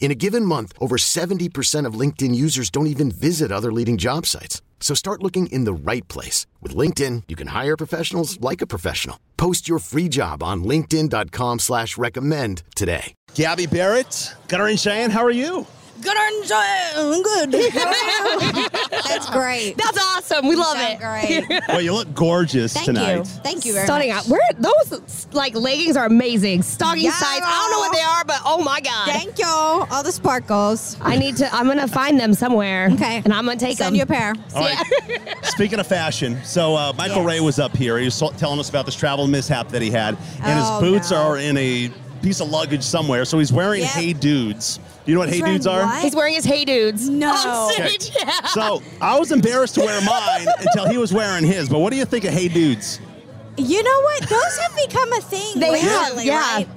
In a given month, over 70% of LinkedIn users don't even visit other leading job sites. So start looking in the right place. With LinkedIn, you can hire professionals like a professional. Post your free job on linkedin.com slash recommend today. Gabby Barrett, Gunnar and Cheyenne, how are you? Good mm, enjoy. Good. That's great. That's awesome. We love it. Great. Well, you look gorgeous Thank you. tonight. Thank you very Stunning much. out. Where those like leggings are amazing. Stocking Yeah. size. I don't know what they are, but oh my god. Thank you. All the sparkles. I need to. I'm gonna find them somewhere. Okay. And I'm gonna take Send them. you a pair. All right. Speaking of fashion, so uh, Michael Yes. Ray was up here. He was so- telling us about this travel mishap that he had, and Oh, his boots no. are in a piece of luggage somewhere. So he's wearing Yep. Hey Dudes. You know what Hey wearing Dudes are? what? He's wearing his Hey Dudes. No. I'm saying, yeah. So I was embarrassed to wear mine until he was wearing his. But what do you think of Hey Dudes? You know what? Those have become a thing. They lately, have, yeah. Right?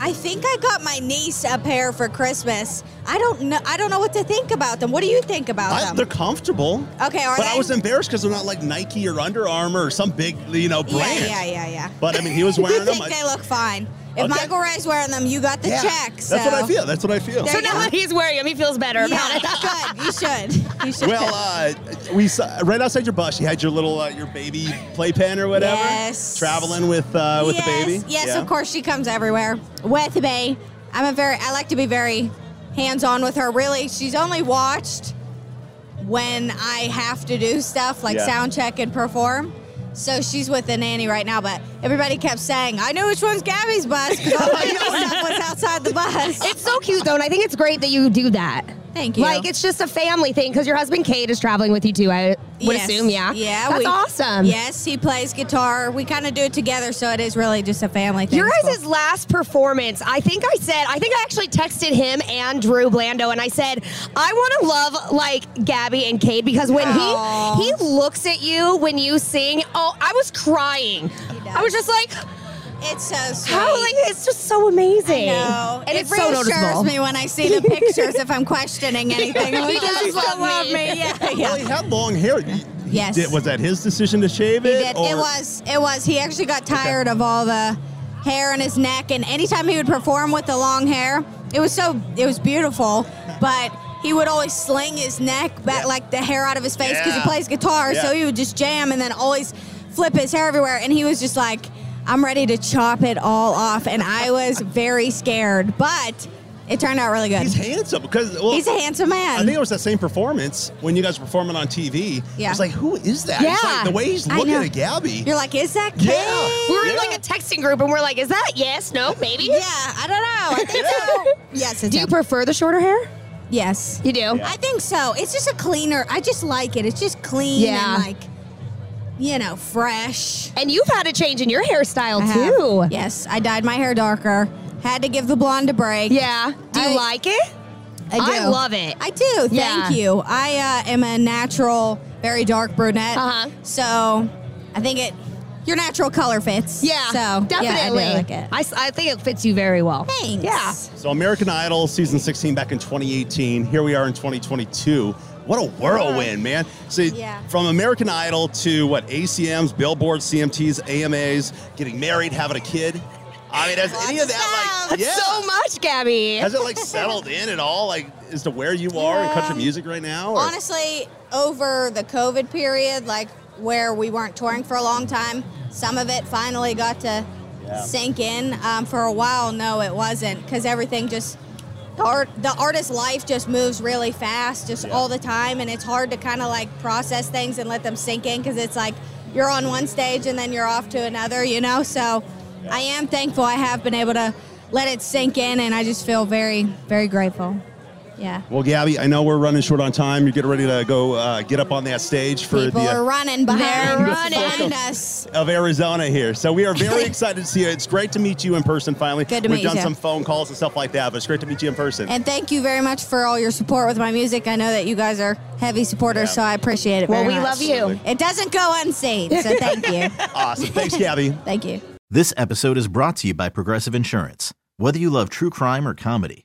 I think I got my niece a pair for Christmas. I don't know. I don't know what to think about them. What do you think about I, them? they're comfortable. Oh, Okay, are But I they? was embarrassed because they're not like Nike or Under Armour or some big, you know, yeah, brand. yeah, yeah, yeah. But I mean, he was I wearing them. think I- they look fine. If Okay. Michael Ray's wearing them, you got the Yeah. check. So. That's what I feel. That's what I feel. There So you now go. that he's wearing them, he feels Yeah, better about it. good. You should. You should. Well, uh, we saw right outside your bus. You had your little uh, your baby playpen or whatever. Yes. Traveling with uh, with yes, the baby. Yes, Yeah. of course she comes everywhere with me. I'm a very I like to be very hands-on with her. Really, she's only watched when I have to do stuff like Yeah. sound check and perform. So she's with the nanny right now, but everybody kept saying, "I knew which one's Gabby's bus because all the baby stuff was outside the bus." It's so cute though, and I think it's great that you do that. Thank you. Like it's just a family thing because your husband Kate is traveling with you too. I would Yes. assume, yeah. yeah, That's we- awesome. Yes, he plays guitar. We kind of do it together, so it is really just a family thing. Your It's cool. guys' last performance, I think I said, I think I actually texted him and Drew Blando, and I said, I want to love like Gabby and Cade because when Aw. he he looks at you when you sing, oh, I was crying. does. I was just like, it's so sweet. how like it's just so amazing. No, and it it's so reassures noticeable. me when I see the pictures if I'm questioning anything. He Like, does you still love love me. me. Yeah, Well, yeah. he had long hair. Y- Yes. did- was that his decision to shave He it? did. or- It was. It was. He actually got tired of all the hair in his neck, and anytime he would perform with the long hair, it was so it was beautiful, but. He would always sling his neck back, Yeah. like the hair out of his face, because Yeah. he plays guitar. Yeah. So he would just jam and then always flip his hair everywhere. And he was just like, "I'm ready to chop it all off," and I was very scared, but it turned out really good. He's handsome because well, He's a handsome I think it man. was that same performance when you guys were performing on TV. Yeah. I was like, who is that? Yeah. It's like, the way he's I looking know. at Gabby. You're like, is that Kate? Yeah. We were in Yeah. like a texting group, and we're like, is that yes, no, maybe? Yeah, I don't know. I think so. Yes, it's Do you prefer the shorter hair? yes. You do. I think so. It's just a cleaner. I just like it. It's just clean Yeah. and like, you know, fresh. And you've had a change in your hairstyle I have- too. Yes, I dyed my hair darker. Had to give the blonde a break. Yeah. Do you I- like it? I do. love it. I do. Thank Yeah. you. I uh, am a natural, very dark brunette. Uh-huh. So, I think it your natural color fits. Yeah, So definitely. Yeah, I do like it. I s- I think it fits you very well. Thanks. Yeah. So American Idol season 16 back in 2018. Here we are in 2022. What a whirlwind, man. So Yeah. from American Idol to what ACMs, billboards, CMTs, AMAs, getting married, having a kid. I mean, has any of that like That's yeah. so much, Gabby. has it like settled in at all? Like as to where you are in country music right now? or- Honestly, over the COVID period, like where we weren't touring for a long time, some of it finally got to Yeah. sink in. Um, for a while, no, it wasn't because everything just the art the artist life just moves really fast, just Yeah. all the time, and it's hard to kind of like process things and let them sink in because it's like you're on one stage and then you're off to another, you know. So I am thankful I have been able to let it sink in, and I just feel very, very grateful. Yeah. Well, Gabby, I know we're running short on time. You're getting ready to go uh, get up on that stage for People the uh, are running behind, They're running. behind us. of Arizona here. So we are very excited to see you. It's great to meet you in person finally. Good to We've meet you, done too. some phone calls and stuff like that, but it's great to meet you in person. And thank you very much for all your support with my music. I know that you guys are heavy supporters, Yeah. so I appreciate it. Well, very we much. love you. It doesn't go unseen, so thank you. awesome. Thanks, Gabby. Thank you. This episode is brought to you by Progressive Insurance. Whether you love true crime or comedy,